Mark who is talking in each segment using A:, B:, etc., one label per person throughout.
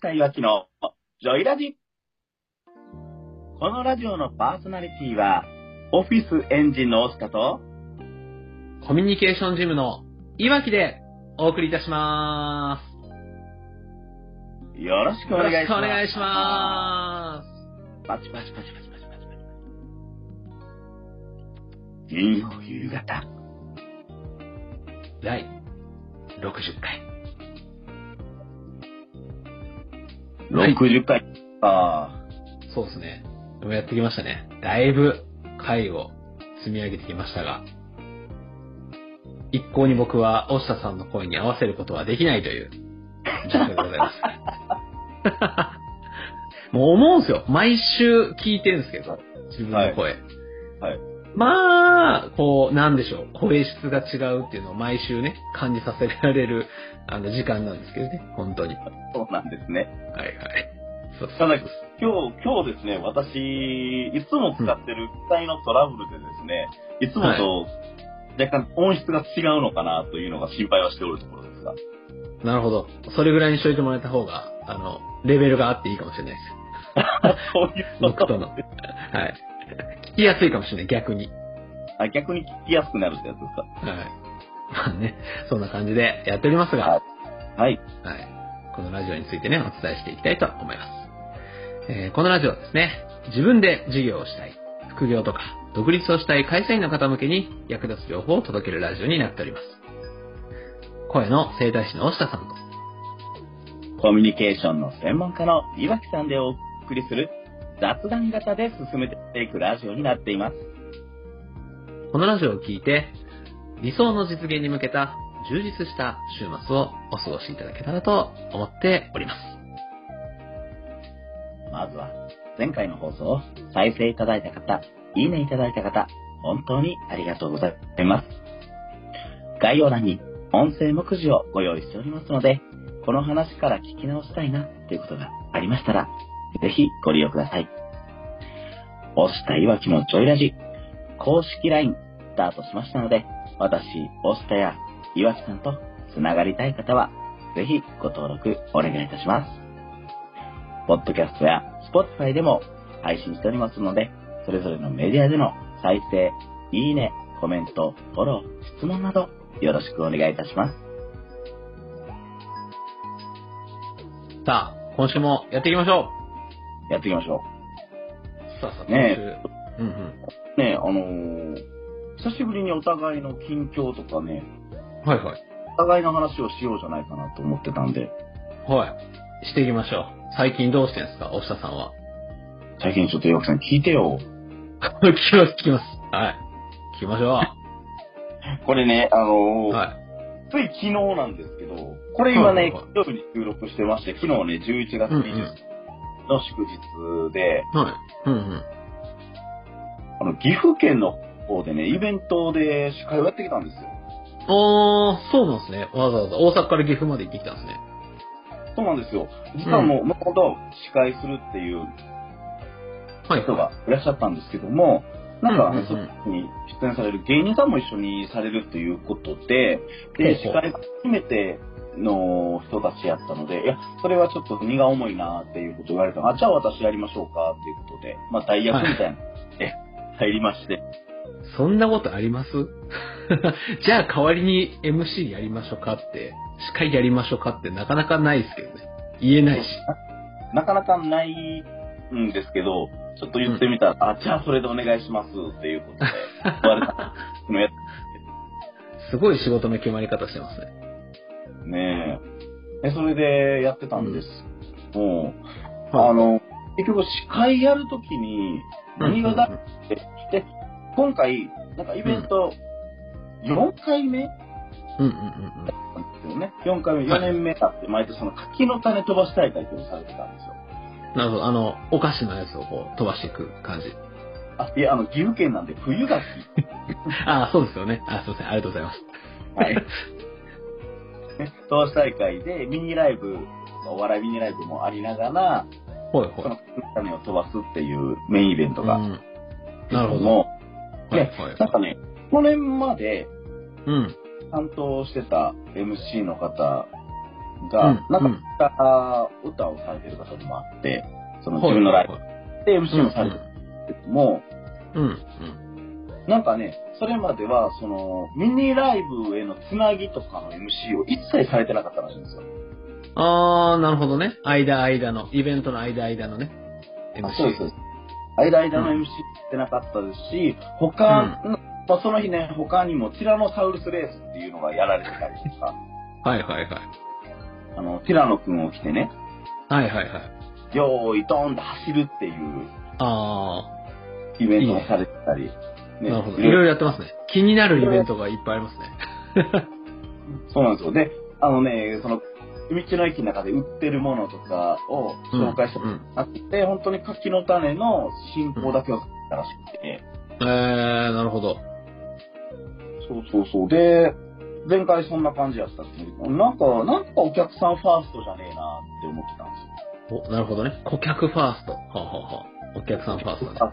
A: 田いわきのジョイラジ。このラジオのパーソナリティは、オフィスエンジンの大塚と、
B: コミュニケーションジムのいわきでお送りいたしま
A: よろし
B: す。
A: くお願いします。
B: よろしくお願いし
A: ま
B: ま
A: す。パチパチパチパチパチパチパチ金曜夕方。
B: す。第60回。はい
A: 60回か。
B: そうですね。でもやってきましたね。だいぶ回を積み上げてきましたが、一向に僕は大下さんの声に合わせることはできないという状況でござ います。もう思うんですよ。毎週聞いてるんですけど、自分の声。
A: はいはい
B: まあ、こう、なんでしょう。声質が違うっていうのを毎週ね、感じさせられる、あの、時間なんですけどね。本当に。はい
A: そうなんですね。
B: はい。そう
A: ただ今日、今日ですね、私、いつも使ってる機体のトラブルでですね、いつもと若干音質が違うのかなというのが心配はしておるところですが。
B: なるほど。それぐらいにしといてもらえた方が、あの、レベルがあっていいかもしれないです。
A: そういうこ
B: 僕
A: と
B: との。はい。聞きやすいかもしれない、逆に。
A: あ逆に聞きやすくなるってやつですか
B: はい。まあね、そんな感じでやっておりますが、は。
A: はいはい。
B: このラジオについてね、お伝えしていきたいと思います。えーこのラジオはですね、自分で事業をしたい、副業とか、独立をしたい会社員の方向けに役立つ情報を届けるラジオになっております。声の生態師の押下さんと、
A: コミュニケーションの専門家の岩木さんでお送りする雑談型で進めていくラジオになっています。
B: このラジオを聞いて、理想の実現に向けた充実した週末をお過ごしいただけたらと思っております。
A: まずは、前回の放送を再生いただいた方、いいねいただいた方、本当にありがとうございます。概要欄に音声目次をご用意しておりますので、この話から聞き直したいなということがありましたら、ぜひご利用ください。押したいわきのジョイラジ、公式 LINE スタートしましたので、私、押したやいわきさんとつながりたい方は、ぜひご登録お願いいたします。ポッドキャストや Spotify でも配信しておりますので、それぞれのメディアでの再生、いいね、コメント、フォロー、質問など、よろしくお願いいたします。
B: さあ、今週もやっていきましょ
A: やっていきましょ
B: うさあさあ、今週。
A: ね
B: うんうん。
A: う。ねえ、あのー久しぶりにお互いの近況とかね、
B: はいはい。
A: お互いの話をしようじゃないかなと思ってたんで、
B: はい。していきましょう。最近どうしてんですか、押下さんは。
A: 最近ちょっと岩木さん聞いてよ。
B: 聞きます、聞きます。はい。聞きましょう。
A: これね、あのー
B: はい。
A: つい昨日なんですけど、これ今
B: は
A: ね
B: いはいはい、
A: 金曜日に収録してまして、昨日ね、11月
B: うん
A: 20
B: うん
A: の祝日で、
B: はい。うんうん。
A: あの、岐阜県の方でね、イベントで司会をやってきたんですよ。
B: おー、そうなんですね。わざわざ大阪から岐阜まで行ってきたんですね。
A: そうなんですよ。実はもう、もともと司会するっていう
B: はい。
A: 人がいらっしゃったんですけども、なんか、
B: うんうんうん
A: そっちに出演される芸人さんも一緒にされるということで、で、
B: ほ
A: 司
B: うほう
A: 会が初めての人たちやったので、いや、それはちょっと荷が重いなっていうことを言われたのあ、じゃあ私やりましょうかっていうことで、まあ、代役みたいなので入りまして、
B: そんなことあります じゃあ代わりに MC やりましょうかって、司会やりましょうかってなかなかないですけどね。言えないし。
A: なかなかないんですけど、ちょっと言ってみたら、あ、じゃあそれでお願いしますっていうことで、 言われたのや
B: すごい仕事の決まり方してますね。
A: つね。でそれでやってたんです。もう、あ
B: はい
A: の、結局司会やるときに何がだ
B: うんうんうん
A: って、で、今回、なんかイベント、4回目なんで
B: うんうんうん
A: すよね。4回目、4年目だって、毎年その柿の種飛ばし大会っていうのをされてたんですよ。
B: うん。なるほど。あの、お菓子のやつをこう飛ばしていく感じ。
A: あ、いや、あの、岐阜県なんで冬柿。
B: ああ、そうですよね。あすいません。ありがとうございます。
A: はい。 ね、投資大会でミニライブ、お笑いミニライブもありながら、
B: ほい
A: そ
B: ほい。
A: の種を飛ばすっていうメインイベントが、
B: うんなるほど。
A: もう、
B: はい
A: で、
B: はい
A: なんかね、去年まで
B: うん。
A: 担当してた MC の方が、
B: うん
A: なん
B: う
A: か
B: ん
A: あー歌をされてる方でもあって、その
B: はい
A: 自分のライブで
B: うん
A: MC もされてるけども、
B: うんうん
A: なんかね、それまでは、その、ミニライブへのつなぎとかの MC を一切されてなかったらしいんですよ。
B: あー、なるほどね。間、間の、イベントの間、間のね。MC。
A: そうですそうです。間々の MC ってなかったですし、他の、まあ、その日ね、他にもティラノサウルスレースっていうのがやられてたりと か、
B: はいはいはい。
A: あの、ティラノくんを着てね、
B: はいはいはい。
A: よーい、ドーンと走るっていう
B: あ
A: イベントもされてたり、
B: ー、なるほど。い
A: いろい
B: ろい
A: ろ
B: ろやってますね。気になるイベントがいっぱいありますね。
A: そうなんですよ。で、あのね、その、道の駅の中で売ってるものとかを紹介しても
B: うん。
A: らって、本当に柿の種の進行だけをされてたらしくて、
B: えー、なるほど。
A: そうそうそう。で、前回そんな感じやったんですけど、なんか、なんかお客さんファーストじゃねえなって思ってたんですよ。
B: お、なるほどね。顧客ファースト。はあ、はあはあ、お客さんファーストね。
A: あ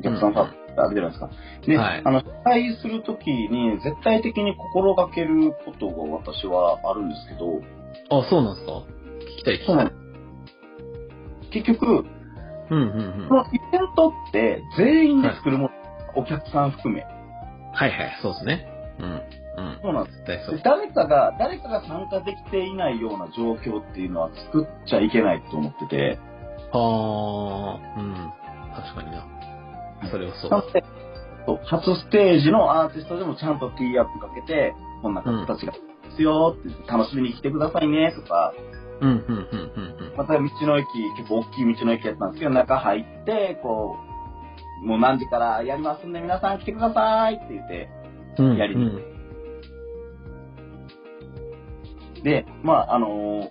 A: お客さんファーストってあるじゃないですか。で、
B: はい
A: あの、主催するときに絶対的に心がけることが私はあるんですけど、
B: あ、そうなんですか聞きたい聞きたい。
A: 結局、
B: うんうんうん。
A: こ
B: はい
A: のイベントって全員で作るもの、お客さん含め。
B: はい、そうですね。うん。うん。
A: そうなんです。
B: 絶対そう
A: で。誰かが、誰かが参加できていないような状況っていうのは作っちゃいけないと思ってて、
B: はあ、うん。確かにな。それはそう
A: な
B: だ
A: の。でそう初ステージのアーティストでもちゃんとティーアップかけて、こんな方たちがいますよって、楽しみに来てくださいねとか、
B: うんうんうんうん
A: また道の駅、結構大きい道の駅やったんですけど、中入って、こう、もう何時からやりますんで皆さん来てくださいって言って、
B: うん。うん
A: やり
B: う
A: に
B: ん。
A: で、まあ、あのー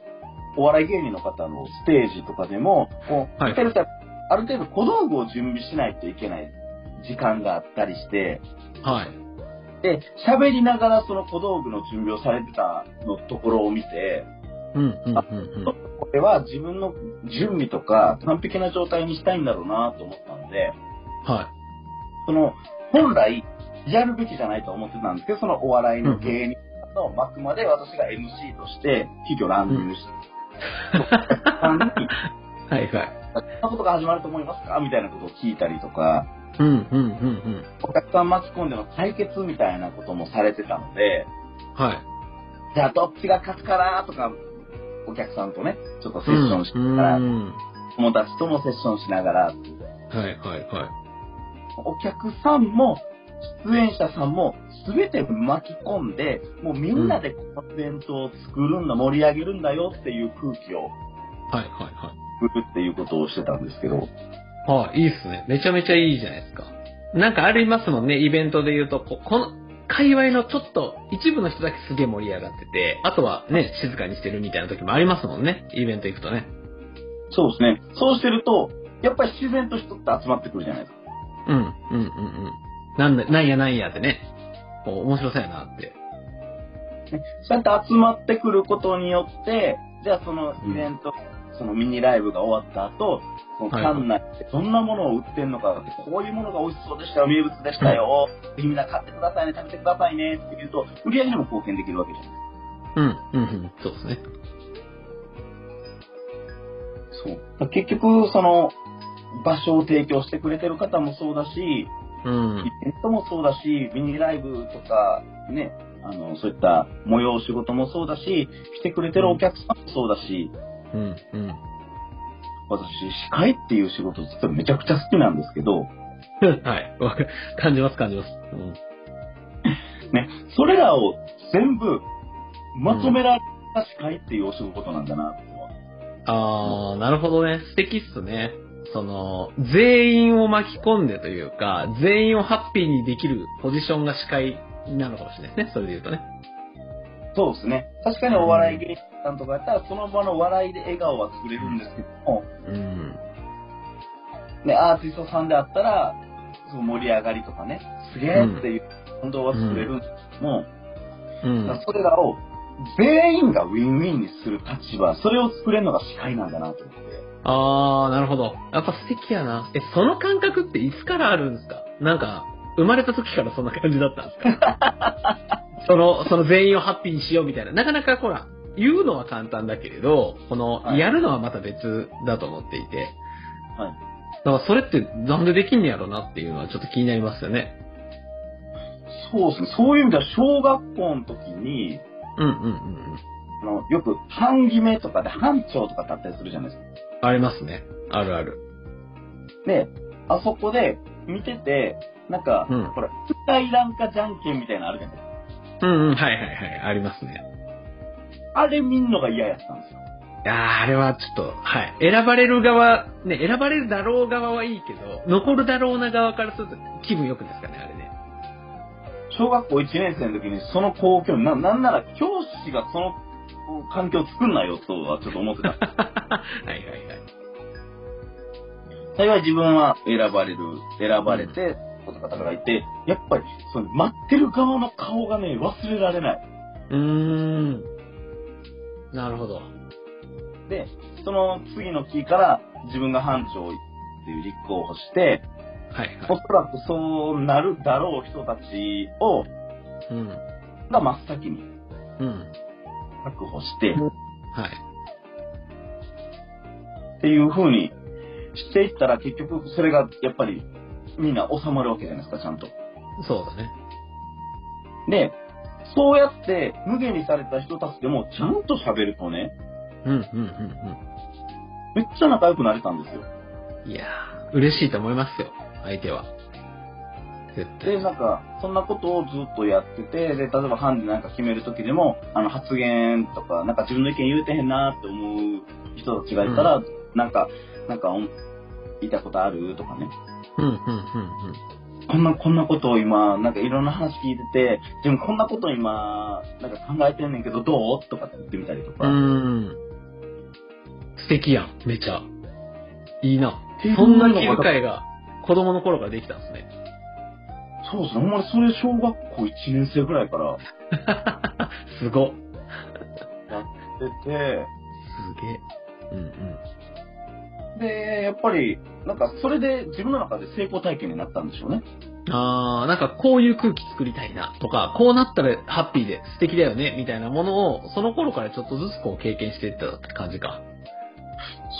A: お笑い芸人の方のステージとかでも、こう、
B: はい
A: ペルタある程度小道具を準備しないといけない時間があったりして、
B: はい。
A: で、喋りながらその小道具の準備をされてたのところを見て、
B: うんうんうんうん。
A: これは自分の準備とか完璧な状態にしたいんだろうなと思ったんで、
B: はい。
A: その、本来、やるべきじゃないと思ってたんですけど、そのお笑いの芸人さんの幕まで私が MC として、企業乱入して、さんに
B: はいはい。
A: こんなことが始まると思いますかみたいなことを聞いたりとか、
B: うんうんうん
A: お客さん巻き込んでの対決みたいなこともされてたので、
B: うん。はい。
A: じゃあどっちが勝つかなとか、お客さんとね、ちょっとセッションしな
B: う
A: がら、
B: ん。
A: 友達ともセッションしながら、
B: はいはいはい。
A: お客さんも、出演者さんも、すべて巻き込んで、もうみんなでこのイベントを作るんだ、盛り上げるんだよっていう空気を
B: はいはいはい。
A: 作るっていうことをしてたんですけど、
B: ああ、いいっすね。めちゃめちゃいいじゃないですか。なんかありますもんね、イベントで言うと、ここの、界隈のちょっと、一部の人だけすげえ盛り上がってて、あとはね、静かにしてるみたいな時もありますもんね、イベント行くとね。
A: そうですね。そうしてると、やっぱり自然と人って集まってくるじゃないですか。
B: うん、うん、うん、うん。なんだ、なんやなんやってね、こう、面白そうやなって。
A: そうやって集まってくることによって、じゃあそのイベント、そのミニライブが終わった後、その
B: はい
A: 館内ってどんなものを売ってんのかって、こういうものが美味しそうでしたよ、名物でしたよ、ぜひみんな買ってくださいね、食べてくださいねって言うと、売り上げにも貢献できるわけじゃない
B: うん、うん、うん、そうですね。
A: そう。結局、その、場所を提供してくれてる方もそうだし、イ
B: うん。
A: ベントもそうだし、ミニライブとか、ね、あの、そういった催し事もそうだし、来てくれてるお客さんもそうだし、
B: うん、うん。
A: 私、司会っていう仕事実はめちゃくちゃ好きなんですけど、
B: はい。わか感じます、感じます。うん。
A: ね、それらを全部まとめられた司会っていうお仕事なんだなって思って
B: あー、なるほどね。素敵っすね。その、全員を巻き込んでというか、全員をハッピーにできるポジションが司会なのかもしれないですね。それで言うとね。
A: そうですね。確かにお笑い芸人さんとかやったら、その場の笑いで笑顔は作れるんですけども、
B: うん。
A: ね、アーティストさんであったら、その盛り上がりとかね、すげえっていう感動は作れるんですけども、
B: うん。
A: だからそれらを全員がウィンウィンにする立場、それを作れるのが司会なんだなと思って。
B: あー、なるほど。やっぱ素敵やな。え、その感覚っていつからあるんですかなんか、生まれた時から そんな感じだったんですかその、その全員をハッピーにしようみたいな。なかなかほら、言うのは簡単だけれど、こ
A: は
B: の、
A: い
B: やるのはまた別だと思っていて、
A: はい
B: だからそれってなんでできんねやろなっていうのはちょっと気になりますよね。
A: そうですね。そういう意味では、小学校の時に、
B: うんうんうんうん。
A: あの、よく、半決めとかで班長とかだったりするじゃないですか。
B: ありますね。あるある。
A: で、あそこで見てて、なんか、
B: うん
A: ほら、使いランかじゃんけんみたいなのあるじゃないですか。
B: うんうん、はいはいはい。ありますね。
A: あれ見んのが嫌やったんですよ。
B: いやーあれはちょっと、はい。選ばれる側、ね、選ばれるだろう側はいいけど、残るだろうな側からすると気分良くないですかね、あれね。
A: 小学校1年生の時にその公共な、なんなら教師がその環境を作んなよとはちょっと思って た。
B: はいはいはい。
A: 幸い自分は選ばれる、選ばれて、この方がいて、やっぱり、その待ってる側の顔がね、忘れられない。
B: うーん。なるほど。
A: で、その次の期から自分が班長っていう立候補して、
B: はいは
A: お
B: い。
A: そらくそうなるだろう人たちを、
B: うん。
A: が真っ先に
B: うん。
A: 確保して、
B: はい。
A: っていう風にしていったら結局それがやっぱりみんな収まるわけじゃないですか、ちゃんと。
B: そうだね。
A: で、そうやって無限にされた人たちでもちゃんと喋るとね、
B: うんうんうん
A: めっちゃ仲良くなれたんですよ。
B: うん。いやー、嬉しいと思いますよ、相手は。絶対。
A: で、なんか、そんなことをずっとやってて、で、例えば班でなんか決めるときでも、あの、発言とか、なんか自分の意見言うてへんなって思う人たちがいたら、なんか、なんか、おん言いたいことあるとかね。
B: うんうんうんうん。
A: こんな、こんなことを今、なんかいろんな話聞いてて、自分こんなこと今、なんか考えてんねんけど、どうとかって言ってみたりと
B: う
A: か。
B: ーん。素敵やん、めちゃ。いいな
A: えー。
B: そんな気遣いが子供の頃からできたんで すね。
A: そうですね。ほんまにそれ小学校1年生ぐらいから
B: すご。す
A: 出て、
B: げえ。うん
A: で、やっぱり、なんかそれで自分の中で成功体験になったんでしょうね。
B: うん。あー、なんかこういう空気作りたいなとか、こうなったらハッピーで素敵だよねみたいなものを、その頃からちょっとずつこう経験していったって感じか。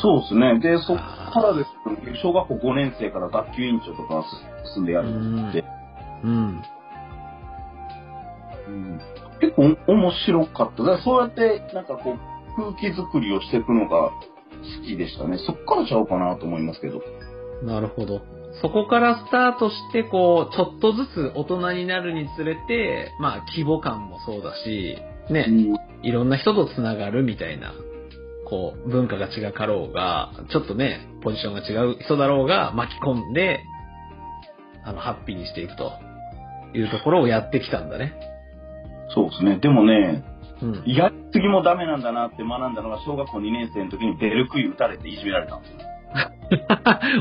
A: そうですね。で、そっか
B: あ
A: らですけど、小学校5年生から学級委員長とか進んでや
B: ーう
A: る。
B: ん
A: で。
B: うん。
A: うん結構面白かった。だからそうやって、なんかこう、空気作りをしていくのが好きでしたね。そっからちゃうかなと思いますけど。
B: なるほど。そこからスタートして、こう、ちょっとずつ大人になるにつれて、まあ、規模感もそうだし、ね、
A: うん
B: いろんな人とつながるみたいな、こう、文化が違かろうが、ちょっとね、ポジションが違う人だろうが巻き込んで、あの、ハッピーにしていくというところをやってきたんだね。
A: そうですね。でもね、
B: うん。
A: やりすぎもダメなんだなって学んだのが、小学校2年生の時にベルクイ打たれていじめられたんですよ。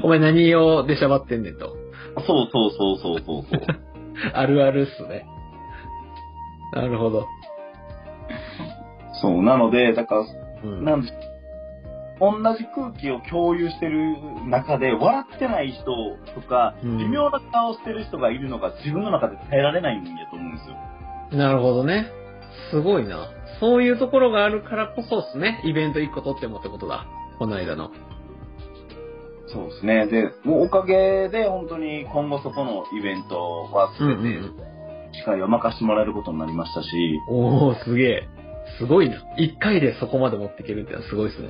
B: お前何を出しゃばってんねんと。
A: そうそうそうそうそうそう。
B: あるあるっすね。なるほど。
A: そう、なので、だから、
B: うん。
A: なんで同じ空気を共有してる中で、笑ってない人とか、
B: うん
A: 微妙な顔してる人がいるのが自分の中で耐えられないんやと思うんですよ。
B: なるほどね。すごいな。そういうところがあるからこそですね。イベント1個取ってもってことだ。この間の。
A: そうですね。で、もうおかげで本当に今後そこのイベントは
B: うんう
A: 全
B: ん。
A: て司会を任せてもらえることになりましたし、
B: おおすげえ。すごいな。1回でそこまで持っていけるってのはすごいですね。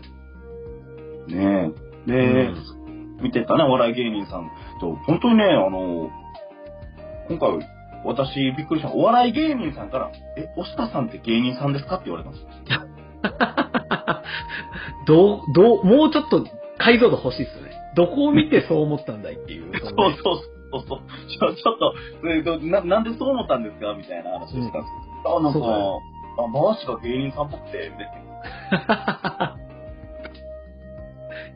A: ねえ。で、見てたね、お笑い芸人さんと、本当にね、あの、今回、私、びっくりした。お笑い芸人さんから、え、押田さんって芸人さんですかって言われたんですよ。
B: どう、どう、もうちょっと解像度欲しいっすね。どこを見てそう思ったんだいっていう。
A: そうそうそうそう。ちょちょっとえっとな、なんでそう思ったんですかみたいな話をしたんですけど、あ、なんか、
B: そうだよ
A: あ、回しが芸人さんっぽくて、みたいな。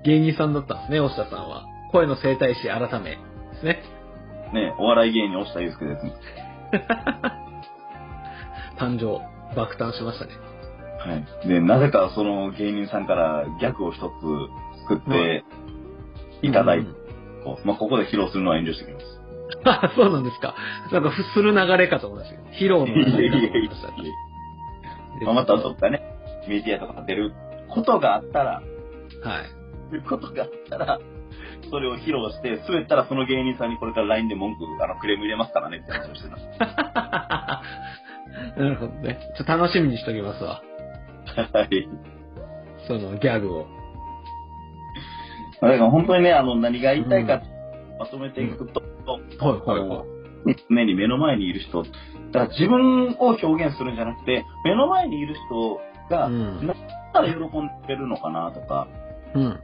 B: 芸人さんだったんですね、押田さんは。声の生態師改めですね。
A: ねお笑い芸人押田祐介ですね。
B: 誕生、爆誕しましたね。
A: はい。で、なぜかその芸人さんからギャグを一つ作っていただいて、こうまあ、ここで披露するのは遠慮しておきます。
B: あ、そうなんですか。なんか、ふする流れかと思いましたけど。披露の流れかと思いました。
A: まあ、またどっかね、メディアとか出ることがあったら、
B: はい。
A: 出ることがあったら、それを披露して、滑ったらその芸人さんにこれから LINE で文句、あの、クレーム入れますからねって話をしてた。
B: なるほどね。ちょっと楽しみにしときますわ。
A: はい。
B: そのギャグを。
A: だから本当にね、あの、何が言いたいか、まとめていくと、
B: はい
A: はいはい常に目の前にいる人、だから自分を表現するんじゃなくて、目の前にいる人が、
B: う
A: だ
B: ん。
A: ったら喜んでるのかなとか、
B: うん。
A: や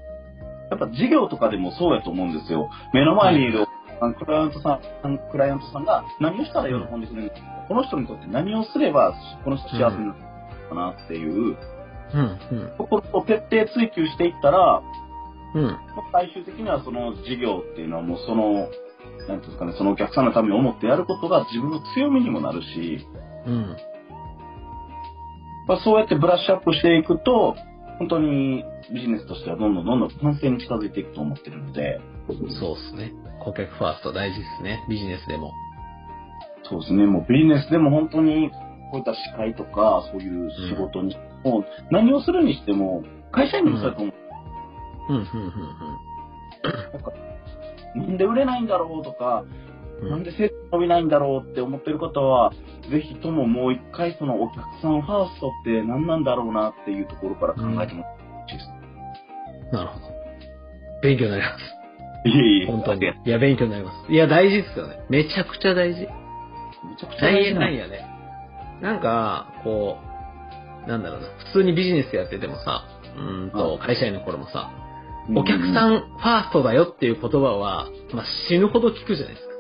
A: っぱ授業とかでもそうやと思うんですよ。目の前にいるあのクライアントさん、クライアントさんが何をしたら喜んでくれるのか、この人にとって何をすればこの人幸せになるのかなっていう
B: うん。
A: ところを徹底追求していったら、
B: うん。うん。
A: 最終的にはその事業っていうのはもうその、なんていうんですかね、そのお客さんのために思ってやることが自分の強みにもなるし、
B: うん。
A: まあ、そうやってブラッシュアップしていくと、本当にビジネスとしてはどんどんどんどん完成に近づいていくと思ってるので、
B: そうっすね。顧客ファースト大事ですね。ビジネスでも。
A: そうですね、もうビジネスでも本当にこういった司会とか、そういう仕事に、もう何をするにしても、会社員でもそうやと思う。
B: うん、うん、
A: なんで売れないんだろうとか、
B: うん、うん。
A: なんで成績伸びないんだろうって思ってる方は、ぜひとももう一回そのお客さんファーストって何なんだろうなっていうところから考えてもらってほしいです。
B: なるほど。勉強になりま
A: いえいえ、
B: す。本当に
A: めち。
B: いや、勉強になります。いや、大事っすよね。めちゃくちゃ大事。
A: ゃくちゃ
B: 大
A: 大事
B: 変な
A: なんん
B: やね。なんか、こう、なんだろうな。普通にビジネスやっててもさ、うーんと、会社員の頃もさ、お客さ
A: うん
B: ファーストだよっていう言葉は、まあ、死ぬほど聞くじゃないですか。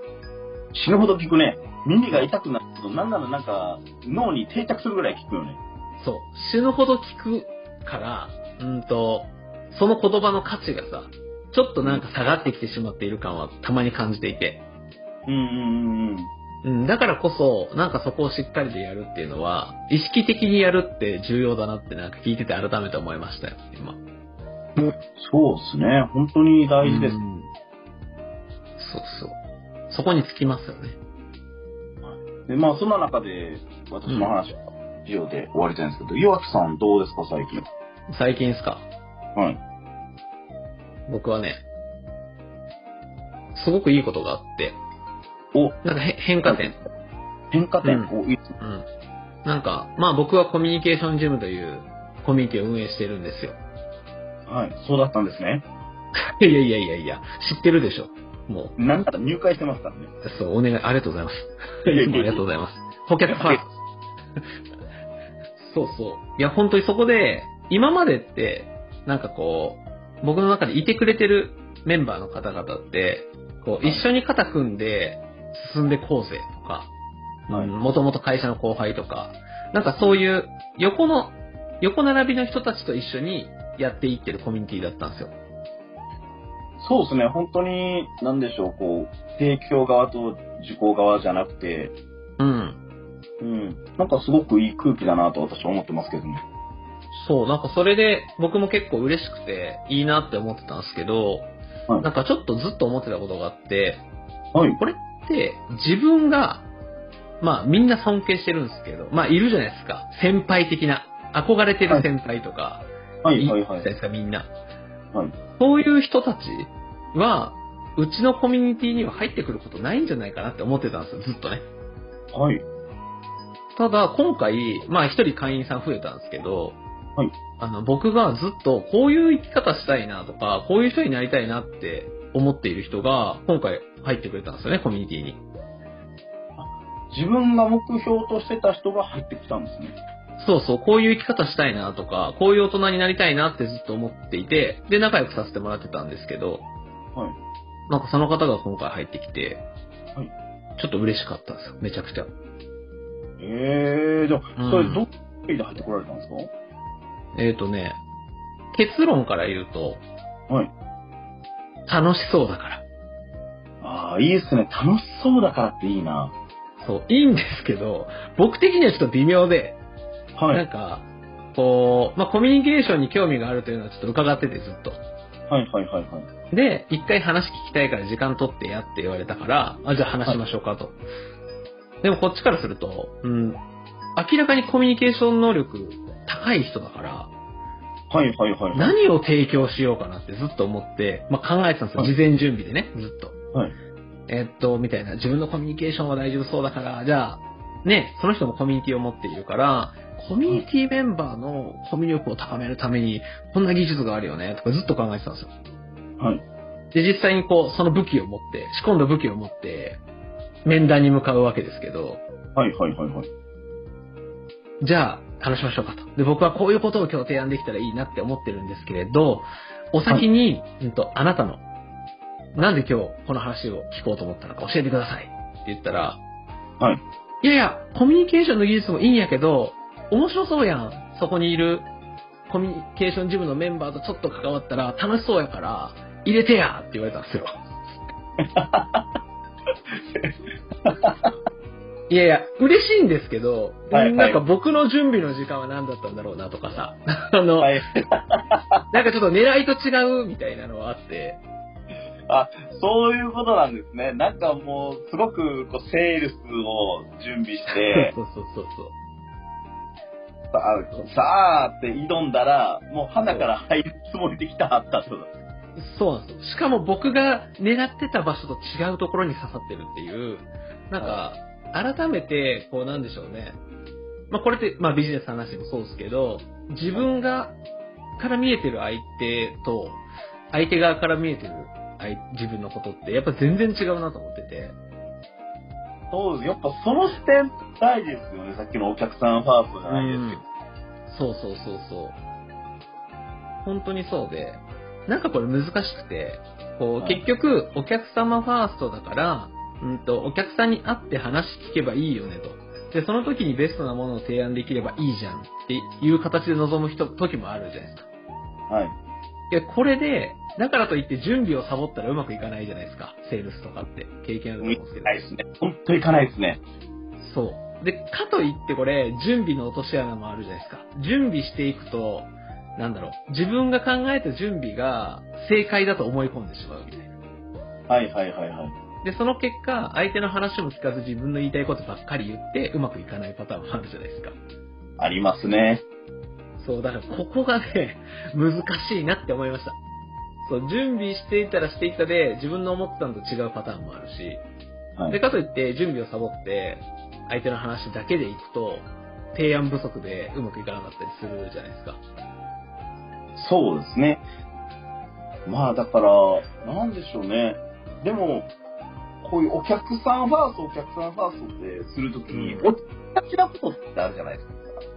A: 死ぬほど聞くね。耳が痛くなるけど、なんならなんか、脳に定着するぐらい聞くよね。
B: そう。死ぬほど聞くから、うんと、その言葉の価値がさ、ちょっとなんか下がってきてしまっている感はたまに感じていて。
A: うんうんうんうん。
B: うん、だからこそ、なんかそこをしっかりでやるっていうのは、意識的にやるって重要だなってなんか聞いてて改めて思いましたよ、今。
A: そうですね。本当に大事です
B: う。んそうそう。そこにつきますよね。
A: で、まあ、そんな中で、私の話は、以上で終わりたいんですけど、岩木さんどうですか、最近。
B: 最近ですか
A: はい。
B: 僕はね、すごくいいことがあって、
A: お、
B: なんかへ変化点。
A: 変化点、
B: う
A: お、いいっすね
B: うん。なんか、まあ僕はコミュニケーションジムというコミュニティを運営してるんですよ。
A: はい。そうだったんですね。
B: いやいやいやいや、知ってるでしょ。もう、
A: なんなら入会してますからね。
B: そう、お願い、ありがとうございます。
A: いえいえ
B: いつ もありがとうございます。顧客ファースト。そうそう。いや、本当にそこで、今までって、なんかこう、僕の中でいてくれてるメンバーの方々って、こう、
A: はい
B: 一緒に肩組んで進んでこうぜとか、
A: はい
B: もともと会社の後輩とか、なんかそういう横の、横並びの人たちと一緒にやっていってるコミュニティだったんですよ。
A: そうですね。本当に、なんでしょう、こう、提供側と受講側じゃなくて、
B: うん。
A: うん。なんかすごくいい空気だなと私は思ってますけどね。
B: そう、なんかそれで僕も結構嬉しくていいなって思ってたんですけど、
A: はい
B: なんかちょっとずっと思ってたことがあって、
A: はい。
B: これって自分が、まあみんな尊敬してるんですけど、まあいるじゃないですか。先輩的な、憧れてる先輩とか、
A: はい、はい、は
B: じゃない
A: い。
B: ですかみんな。
A: はい
B: そういう人たちは、うちのコミュニティには入ってくることないんじゃないかなって思ってたんですよ、ずっとね。
A: はい。
B: ただ、今回、まあ一人会員さん増えたんですけど、
A: はい
B: あの、僕がずっとこういう生き方したいなとか、こういう人になりたいなって思っている人が、今回入ってくれたんですよね、コミュニティに。
A: 自分が目標としてた人が入ってきたんですね。
B: そうそう、こういう生き方したいなとか、こういう大人になりたいなってずっと思っていて、で、仲良くさせてもらってたんですけど、
A: はい。
B: なんかその方が今回入ってきて、
A: はい
B: ちょっと嬉しかったんですよ、めちゃくちゃ。
A: ええー、でも、
B: うん
A: それどっちで入ってこられたんですか、
B: えっ、ー、とね、結論から言うと、
A: はい
B: 楽しそうだから。
A: ああ、いいっすね。楽しそうだからっていいな。
B: そう、いいんですけど、僕的にはちょっと微妙で、
A: は
B: なん
A: い。
B: か、こう、まあ、コミュニケーションに興味があるというのはちょっと伺っててずっと。
A: はいはいはいはい。
B: で、一回話聞きたいから時間取ってやって言われたから、あ、じゃあ話しましょうかと。でもこっちからすると、うん、明らかにコミュニケーション能力高い人だから、
A: はいはいはい。はい
B: 何を提供しようかなってずっと思って、まあ、考えてたんですよ。
A: はい
B: 事前準備でね、ずっと。
A: はい
B: えーっと、みたいな。自分のコミュニケーションは大丈夫そうだから、じゃあ、ね、その人もコミュニティを持っているから、コミュニティメンバーのコミュ力を高めるために、こんな技術があるよね、とかずっと考えてたんですよ。
A: はい。
B: で、実際にこう、その武器を持って、仕込んだ武器を持って、面談に向かうわけですけど、
A: はいはいはいはい。
B: じゃあ、話しましょうかと。で、僕はこういうことを今日提案できたらいいなって思ってるんですけれど、お先に、うんと、あなたの、なんで今日この話を聞こうと思ったのか教えてくださいって言ったら、
A: はい。
B: いやいや、コミュニケーションの技術もいいんやけど、面白そうやん。そこにいるコミュニケーションジムのメンバーとちょっと関わったら楽しそうやから、入れてやって言われたんです よ。いやいや、嬉しいんですけど、
A: はいはい
B: なんか僕の準備の時間は何だったんだろうなとかさ、 あの、
A: はい。
B: なんかちょっと狙いと違うみたいなのはあって、
A: そういうことなんですね。なんかもう、すごく、こう、セールスを準備して、
B: そうそうそうそう。
A: さあ、さあって挑んだら、もう、花から入るつもりできたかったってこと
B: そうなんですよ。しかも僕が狙ってた場所と違うところに刺さってるっていう、なんか、改めて、こうなんでしょうね。まあこれって、まあビジネスの話でもそうですけど、自分が、から見えてる相手と、相手側から見えてる相自分のことって、やっぱ全然違うなと思ってて。
A: そうです。やっぱその視点大事ですよね。さっきのお客さんファーストじゃないですけど。
B: そうそうそうそう。本当にそうで、なんかこれ難しくて、こう、
A: はい
B: 結局、お客様ファーストだから、うんと、お客さんに会って話聞けばいいよねと。で、その時にベストなものを提案できればいいじゃんっていう形で臨む人時もあるじゃないですか。
A: はい。
B: いや、これで、だからといって準備をサボったらうまくいかないじゃないですか。セールスとかって経験あると思うんですけど。
A: ないですね。ほんと行かないですね。
B: そう。で、かといってこれ、準備の落とし穴もあるじゃないですか。準備していくと、なんだろう、自分が考えた準備が正解だと思い込んでしまうみたいな。
A: はいはいはいはい。
B: で、その結果、相手の話も聞かず自分の言いたいことばっかり言って、うまくいかないパターンもあるじゃないですか。
A: ありますね。
B: そう、だからここがね、 難しいなって思いました。そう、準備していたらしていたで、自分の思ってたのと違うパターンもあるし、
A: は
B: で、
A: い。
B: かといって準備をサボって、相手の話だけでいくと、提案不足でうまくいかなかったりするじゃないですか。
A: そうですね。まあだから、なんでしょうね。でも、こういうお客さんファースト、お客さんファーストってするときに、
B: うん
A: おちがちなことってあるじゃないですか。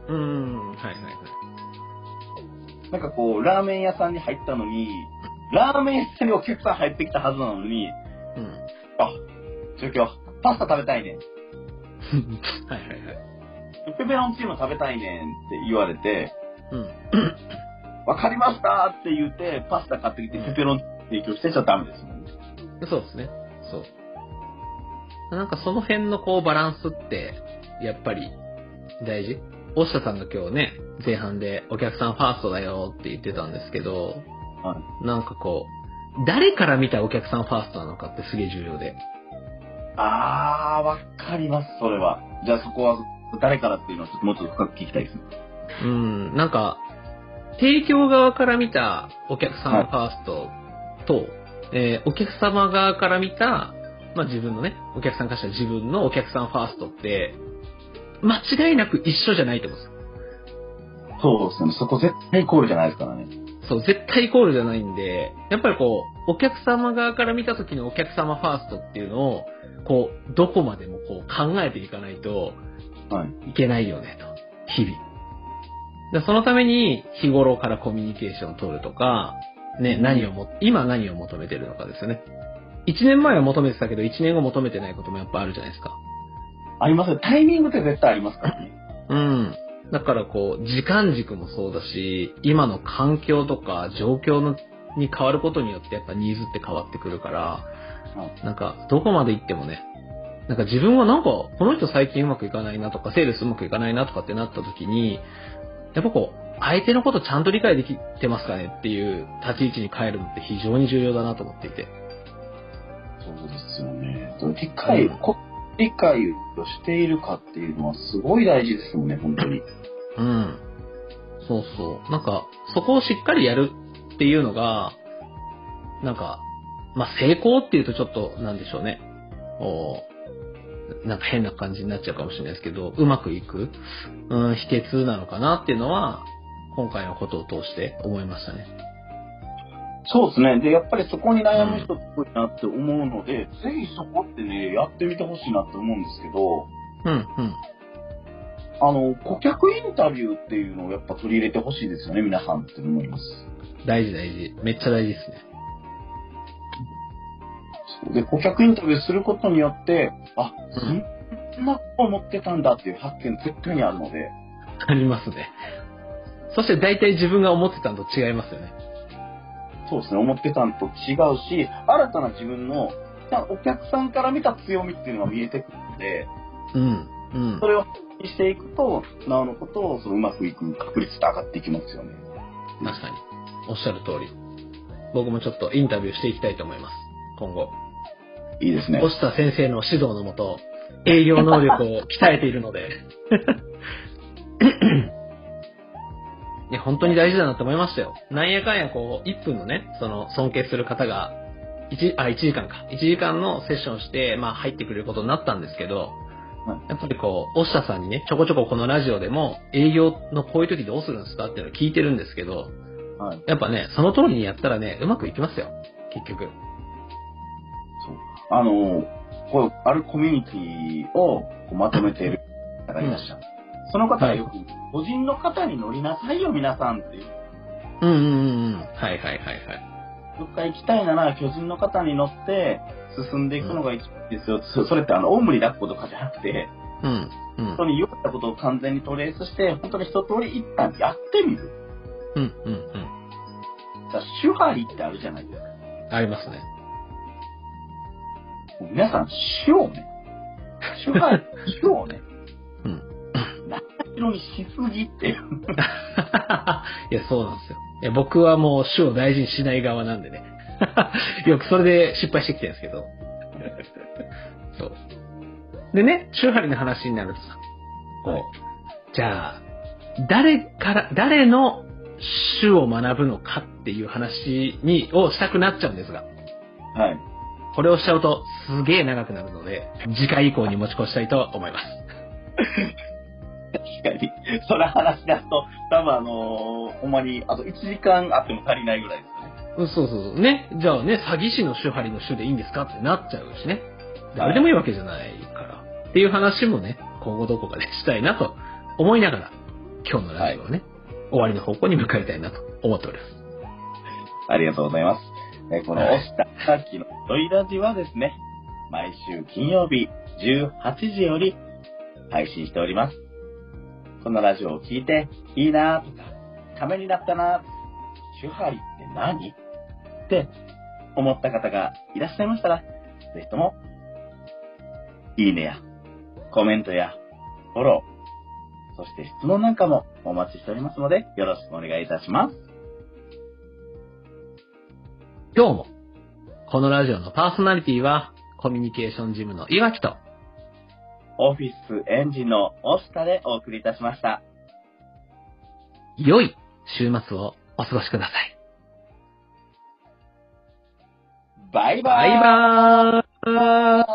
B: うーん、はいはいはい。
A: なんかこう、ラーメン屋さんに入ったのに、ラーメン屋さんにお客さん入ってきたはずなのに、
B: うん。
A: ちょ、今日、パスタ食べたいねん。
B: はいはいはい。
A: ペペロンチーノ食べたいねんって言われて、
B: うん。
A: わかりましたって言って、パスタ買ってきて、ペペロン提供してちゃダメですもんね。
B: そうですね。そう。なんかその辺のこうバランスって、やっぱり大事大下さんが今日ね、前半でお客さんファーストだよって言ってたんですけど、
A: は
B: なんかこう、誰から見たお客さんファーストなのかってすげえ重要で。
A: あー、わかります、それは。じゃあそこは、誰からっていうのはちょっともうちょっと深く聞きたいですね。
B: うん、なんか、提供側から見たお客さんファーストと、えーお客様側から見た、まあ自分のね、お客さんからしたら自分のお客さんファーストって、間違いなく一緒じゃないと思うんですよ
A: そうですよね。そこ絶対イコールじゃないですからね。
B: そう、絶対イコールじゃないんで、やっぱりこう、お客様側から見た時のお客様ファーストっていうのを、こう、どこまでもこう考えていかないと、
A: はい。
B: いけないよねと、日々。でそのために日頃からコミュニケーションを取るとか、ね、何をも、今何を求めてるのかですよね。1年前は求めてたけど、1年後求めてないこともやっぱあるじゃないですか。
A: ありますよ。タイミングって絶対ありますからね。
B: うん。だからこう、時間軸もそうだし、今の環境とか状況のに変わることによってやっぱニーズって変わってくるから、なんか、どこまで行ってもね、なんか自分はなんか、この人最近うまくいかないなとか、セールスうまくいかないなとかってなった時に、やっぱこう、相手のことちゃんと理解できてますかねっていう立ち位置に変えるのって非常に重要だなと思っていて。
A: そうですよね。理解、こ理解をしているかっていうのはすごい大事ですもんね、本当に。
B: うん。そうそう。なんか、そこをしっかりやるっていうのが、なんか、まあ、成功っていうとちょっと、なんでしょうね。おーなんか変な感じになっちゃうかもしれないですけど、うまくいく、うん、秘訣なのかなっていうのは、今回のことを通して思いましたね。
A: そうですね。で、やっぱりそこに悩む人っぽいなって思うので、ぜひそこってね、やってみてほしいなって思うんですけど、
B: うん、うん。
A: あの、顧客インタビューっていうのをやっぱ取り入れてほしいですよね、皆さんって思います。
B: 大事大事。めっちゃ大事ですね。
A: そうで、顧客インタビューすることによって、あ、
B: うん
A: そんなこと思ってたんだっていう発見絶対にあるので、
B: ありますね。そして大体自分が思ってたのと違いますよね。
A: そうですね、思ってたんと違うし、新たな自分の、お客さんから見た強みっていうのが見えてくるので、
B: うん。うん
A: そ。れを発揮していくと、なおのことをそのうまくいく確率って上がっていきますよね。
B: 確かに。おっしゃる通り。僕もちょっとインタビューしていきたいと思います。今後。
A: いいですね。
B: 押田先生の指導のもと、営業能力を鍛えている ので。いや、本当に大事だなと思いましたよ。なんやかんやこう、1分のね、その尊敬する方が、1、あ、1時間か。1時間のセッションをして、まあ入ってくれることになったんですけど
A: は、
B: やっぱりこう、押田さんにね、ちょこちょここのラジオでも、営業のこういう時どうするんですかっていうのを聞いてるんですけど、
A: はい。
B: やっぱね、その通りにやったらね、うまくいきますよ。結局。
A: あの、こう、あるコミュニティをこうまとめている方がいらっしゃる。その方がよく、個人の方に乗りなさいよ、皆さんっていう。
B: うんうんうんうん。はいはいはいはい。
A: どっか行きたいなら、巨人の方に乗って、進んでいくのが一番ですよ。そそれって、あの、大無理抱っことかじゃなくて、
B: うん。うん
A: 本当。に良かったことを完全にトレースして、本当に一通り一旦やってみる。
B: うん。うん。うん。
A: じゃあ、手張りってあるじゃないですか。
B: ありますね。
A: もう皆さん、手をね、手張り、手をね、
B: うん。
A: 後ろにしすぎっていう。
B: いや、そうなんですよ。いや、僕はもう種を大事にしない側なんでね。 よくそれで失敗してきてるんですけど。 そう。でね、周波りの話になるとさ、こう、
A: はい
B: じゃあ、誰から、誰の種を学ぶのかっていう話に、をしたくなっちゃうんですが、
A: はい。
B: これをしちゃうとすげえ長くなるので、次回以降に持ち越したいと思います。
A: 確かに。それ話し出すと、多分あのーほんまに、あと1時間あっても足りないぐらいですね。
B: うんそうそうそう。ね。じゃあね、詐欺師の手張りの手でいいんですかってなっちゃうしね。誰でもいいわけじゃないから。っていう話もね、今後どこかでしたいなと思いながら、今日のラジオをね、終わりの方向に向かいたいなと思っております。
A: ありがとうございます。えーこの
B: はい
A: 押したさっきのドイラジはですね、毎週金曜日18時より配信しております。このラジオを聞いて、いいなーとか、ためになったなー、手張りって何って思った方がいらっしゃいましたら、ぜひとも、いいねや、コメントや、フォロー、そして質問なんかもお待ちしておりますので、よろしくお願いいたします。
B: 今日も、このラジオのパーソナリティは、コミュニケーションジムの岩木と、
A: オフィスエンジンのオスタでお送りいたしました。
B: 良い週末をお過ごしください。
A: バイバ
B: バ
A: イ
B: イバーイ